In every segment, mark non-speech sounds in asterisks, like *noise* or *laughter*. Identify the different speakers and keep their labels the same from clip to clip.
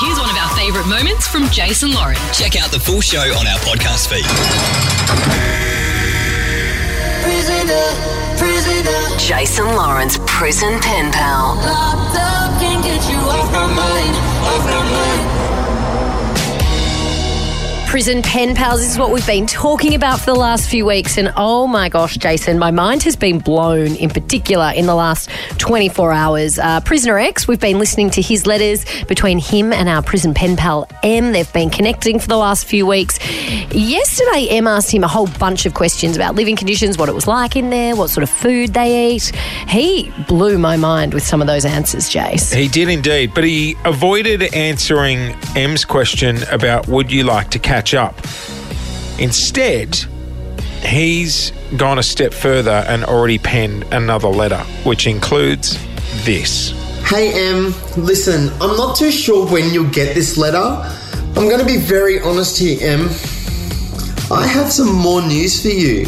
Speaker 1: Here's one of our favourite moments from Jason Lauren.
Speaker 2: Check out the full show on our podcast feed.
Speaker 3: Prisoner, prisoner,
Speaker 4: Jason Lawrence Prison Pen Pal.
Speaker 3: locked up, can't get you off my mind, off my mind.
Speaker 5: Prison pen pals is what we've been talking about for the last few weeks. And oh my gosh, Jason, my mind has been blown in particular in the last 24 hours. Uh, Prisoner X, we've been listening to his letters between him and our prison pen pal M. They've been connecting for the last few weeks. Yesterday, M asked him a whole bunch of questions about living conditions, what it was like in there, what sort of food they eat. He blew my mind with some of those answers, Jace.
Speaker 6: He did indeed, but he avoided answering M's question about would you like to catch up. Instead, he's gone a step further and already penned another letter, which includes this.
Speaker 7: Hey Em, listen, I'm not too sure when you'll get this letter. I'm gonna be very honest here, Em. I have some more news for you.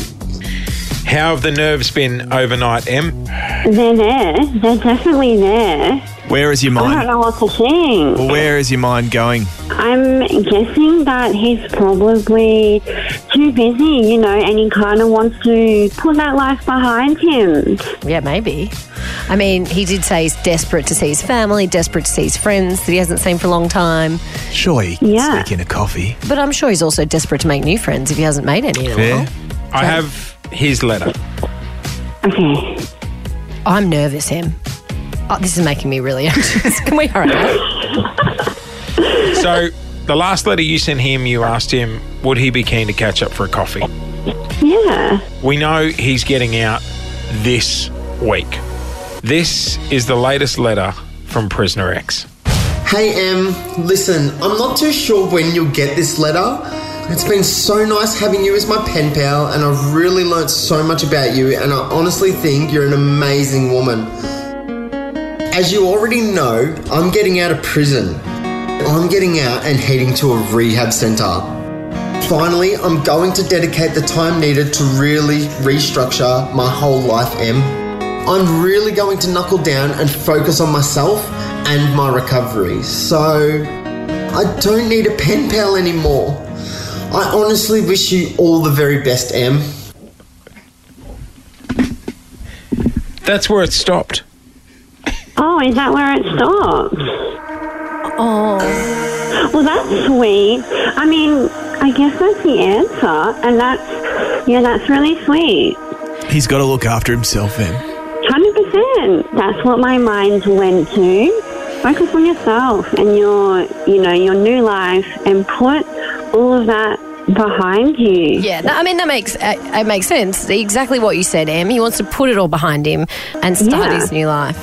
Speaker 6: How have the nerves been overnight, M?
Speaker 8: They're there. They're definitely there.
Speaker 9: Where is your
Speaker 8: I don't
Speaker 9: mind?
Speaker 8: know what to think.
Speaker 9: Where is your mind going?
Speaker 8: I'm guessing that he's probably too busy, you know, and he kind of wants to put that life behind him.
Speaker 5: Yeah, maybe. I mean, he did say he's desperate to see his family, desperate to see his friends that he hasn't seen for a long time.
Speaker 9: Sure, you can
Speaker 8: Yeah.
Speaker 9: sneak in a coffee.
Speaker 5: But I'm sure he's also desperate to make new friends if he hasn't made any in a
Speaker 9: Fair.
Speaker 5: while.
Speaker 6: I have his letter.
Speaker 8: Okay.
Speaker 5: I'm nervous, Em. Oh, this is making me really *laughs* anxious. Can we hurry
Speaker 6: *laughs*
Speaker 5: up?
Speaker 6: So, the last letter you sent him, you asked him, would he be keen to catch up for a coffee?
Speaker 8: Yeah.
Speaker 6: We know he's getting out this week. This is the latest letter from Prisoner X.
Speaker 7: Hey Em, listen, I'm not too sure when you'll get this letter. It's been so nice having you as my pen pal, and I've really learnt so much about you, and I honestly think you're an amazing woman. As you already know, I'm getting out of prison. I'm getting out and heading to a rehab centre. Finally, I'm going to dedicate the time needed to really restructure my whole life, Em. I'm really going to knuckle down and focus on myself and my recovery. So, I don't need a pen pal anymore. I honestly wish you all the very best, Em.
Speaker 6: That's where it stopped.
Speaker 8: Oh, is that where it stops?
Speaker 5: Oh,
Speaker 8: Well, that's sweet. I mean, I guess that's the answer, and that's yeah, that's really sweet.
Speaker 9: He's got to look after himself then.
Speaker 8: Hundred percent. That's what my mind went to. Focus on yourself and your, you know, your new life, and put all of that behind you.
Speaker 5: yeah. No, I mean, that makes uh, it makes sense. Exactly what you said, Em. He wants to put it all behind him and start
Speaker 8: Yeah.
Speaker 5: his new life.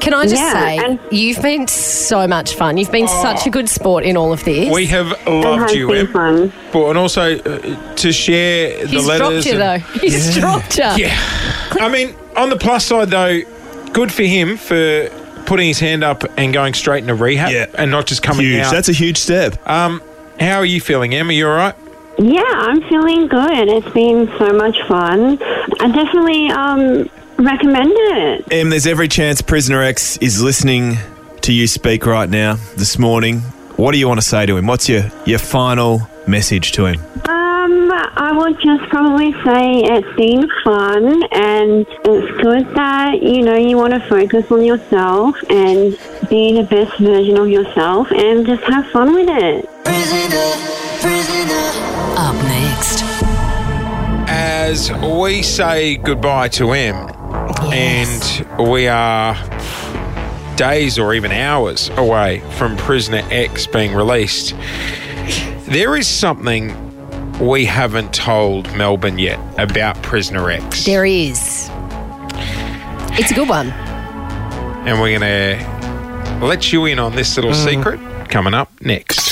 Speaker 5: Can I just
Speaker 8: Yeah,
Speaker 5: say,
Speaker 8: and-
Speaker 5: you've been so much fun. You've been such a good sport in all of this.
Speaker 6: We have
Speaker 8: And
Speaker 6: loved
Speaker 8: have
Speaker 6: you,
Speaker 8: some
Speaker 6: Em.
Speaker 8: fun.
Speaker 6: But, and also uh, to share
Speaker 5: He's
Speaker 6: the letters.
Speaker 5: dropped you, though. *laughs*
Speaker 6: and-
Speaker 5: He's dropped you.
Speaker 6: Yeah. I mean, on the plus side, though, good for him for putting his hand up and going straight into rehab
Speaker 9: Yeah.
Speaker 6: and not just coming
Speaker 9: Huge.
Speaker 6: out.
Speaker 9: That's a huge step.
Speaker 6: um, how are you feeling, Em? Are you all right?
Speaker 8: Yeah, I'm feeling good. It's been so much fun. I definitely um, recommend it.
Speaker 9: Em, there's every chance Prisoner X is listening to you speak right now, this morning. What do you want to say to him? What's your, your final message to him?
Speaker 8: Um, I would just probably say it's been fun, and it's good that you know you want to focus on yourself and be the best version of yourself, and just have fun with it.
Speaker 3: Prisoner, prisoner.
Speaker 4: Up next.
Speaker 6: As we say goodbye to M, and we are days or even hours away from Prisoner X being released, there is something we haven't told Melbourne yet about Prisoner X.
Speaker 5: There he is. It's a good one.
Speaker 6: and we're going to let you in on this little secret coming up next.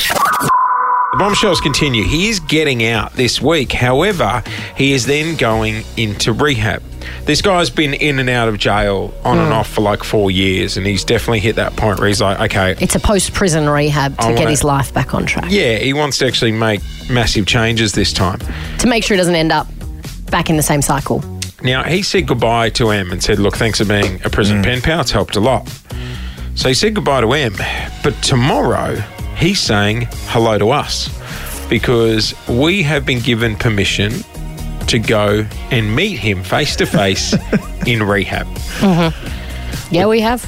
Speaker 6: The bombshells continue. He is getting out this week. However, he is then going into rehab. This guy's been in and out of jail on and off for like four years, and he's definitely hit that point where he's like, okay,
Speaker 5: It's a post prison rehab to
Speaker 6: I
Speaker 5: get
Speaker 6: wanna-
Speaker 5: his life back on track.
Speaker 6: yeah, he wants to actually make massive changes this time.
Speaker 5: To make sure he doesn't end up back in the same cycle.
Speaker 6: Now, he said goodbye to M and said, Look, thanks for Mm. being a prison pen pal. It's helped a lot. So he said goodbye to M. But tomorrow, he's saying hello to us because we have been given permission to go and meet him face to *laughs* face in rehab.
Speaker 5: Yeah, we have.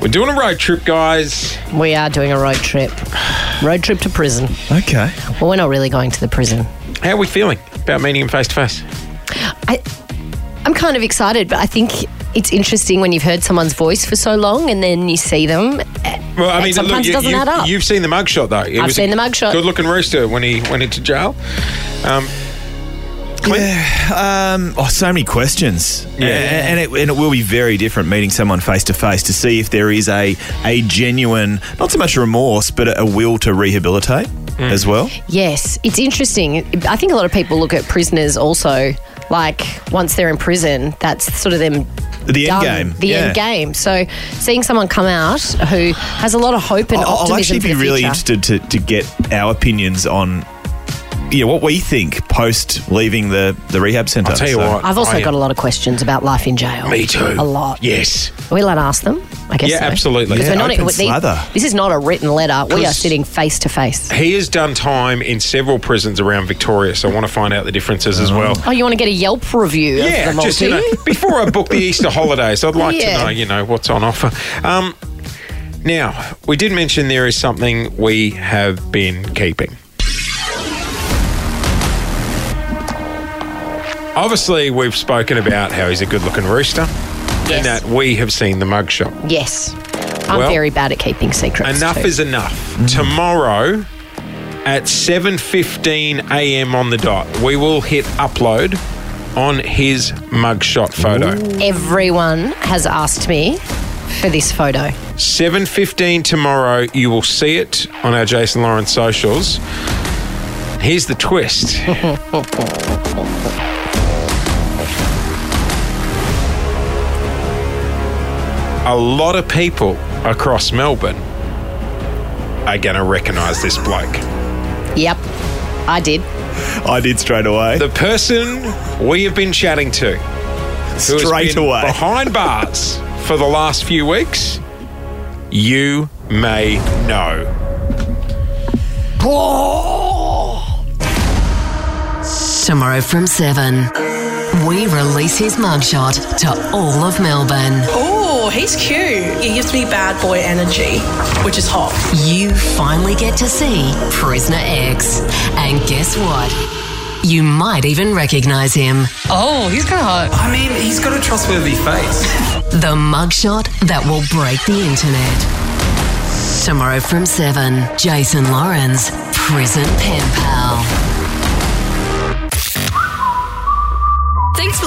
Speaker 6: We're doing a road trip, guys.
Speaker 5: We are doing a road trip. Road trip to prison.
Speaker 9: Okay.
Speaker 5: Well, we're not really going to the prison.
Speaker 6: How are we feeling about meeting him face to face?
Speaker 5: I, I'm kind of excited, but I think it's interesting when you've heard someone's voice for so long and then you see them.
Speaker 6: Well, I
Speaker 5: And
Speaker 6: mean,
Speaker 5: sometimes
Speaker 6: look,
Speaker 5: it
Speaker 6: you,
Speaker 5: doesn't
Speaker 6: you,
Speaker 5: add up.
Speaker 6: You've seen the mugshot, though. It
Speaker 5: I've seen the mugshot.
Speaker 6: Good-looking rooster when he went into jail. Um, Clint?
Speaker 9: Um, oh, so many questions. Yeah. And, it, and it will be very different meeting someone face to face to see if there is a, a genuine, not so much remorse, but a, a will to rehabilitate as well.
Speaker 5: Yes, it's interesting. I think a lot of people look at prisoners also like once they're in prison, that's sort of them.
Speaker 9: The
Speaker 5: done,
Speaker 9: end game,
Speaker 5: The
Speaker 9: yeah.
Speaker 5: end game. So seeing someone come out who has a lot of hope and
Speaker 9: I'll, I'll
Speaker 5: optimism
Speaker 9: actually
Speaker 5: for
Speaker 9: be
Speaker 5: the
Speaker 9: really
Speaker 5: future.
Speaker 9: interested to, to get our opinions on yeah, what we think post leaving the, the rehab centre.
Speaker 6: I'll tell you
Speaker 9: So-
Speaker 6: what.
Speaker 5: I've also
Speaker 6: I am-
Speaker 5: got a lot of questions about life in jail.
Speaker 6: Me too.
Speaker 5: A lot.
Speaker 6: Yes.
Speaker 5: Are we allowed to ask them? I guess.
Speaker 6: Yeah,
Speaker 5: so.
Speaker 6: absolutely.
Speaker 5: 'Cause
Speaker 9: Yeah,
Speaker 5: we're not-
Speaker 9: open
Speaker 5: we- the-
Speaker 9: slather.
Speaker 5: this is not a written letter. We are
Speaker 6: 'Cause-
Speaker 5: sitting face to face.
Speaker 6: He has done time in several prisons around Victoria, so I want to find out the differences as well.
Speaker 5: Oh, you want to get a Yelp review of
Speaker 6: Yeah,
Speaker 5: them all,
Speaker 6: just
Speaker 5: do
Speaker 6: you know,
Speaker 5: you?
Speaker 6: before I book the Easter holidays, I'd like
Speaker 5: Yeah.
Speaker 6: to know, you know, what's on offer. Um, now, we did mention there is something we have been keeping. Obviously, we've spoken about how he's a good-looking rooster, and that we have seen the mugshot.
Speaker 5: Yes. I'm
Speaker 6: Well,
Speaker 5: very bad at keeping secrets.
Speaker 6: enough
Speaker 5: too.
Speaker 6: is enough. Tomorrow at 7:15 a.m. on the dot, we will hit upload on his mugshot photo.
Speaker 5: Everyone has asked me for this photo.
Speaker 6: 7:15 tomorrow, you will see it on our Jason Lawrence socials. Here's the twist. A lot of people across Melbourne are going to recognise this bloke.
Speaker 5: Yep, I did.
Speaker 9: I did straight away.
Speaker 6: The person we have been chatting to, who has
Speaker 9: straight
Speaker 6: been
Speaker 9: away.
Speaker 6: behind bars for the last few weeks, you may know.
Speaker 4: Tomorrow from 7. We release his mugshot to all of Melbourne.
Speaker 10: Oh, he's cute. He gives me bad boy energy, which is hot.
Speaker 4: You finally get to see Prisoner X. And guess what? You might even recognize him.
Speaker 1: Oh, he's kind of hot.
Speaker 11: I mean, he's got a trustworthy face.
Speaker 4: *laughs* The mugshot that will break the internet. Tomorrow from 7, Jason Lawrence, Prison Pen Pal.
Speaker 1: Thanks for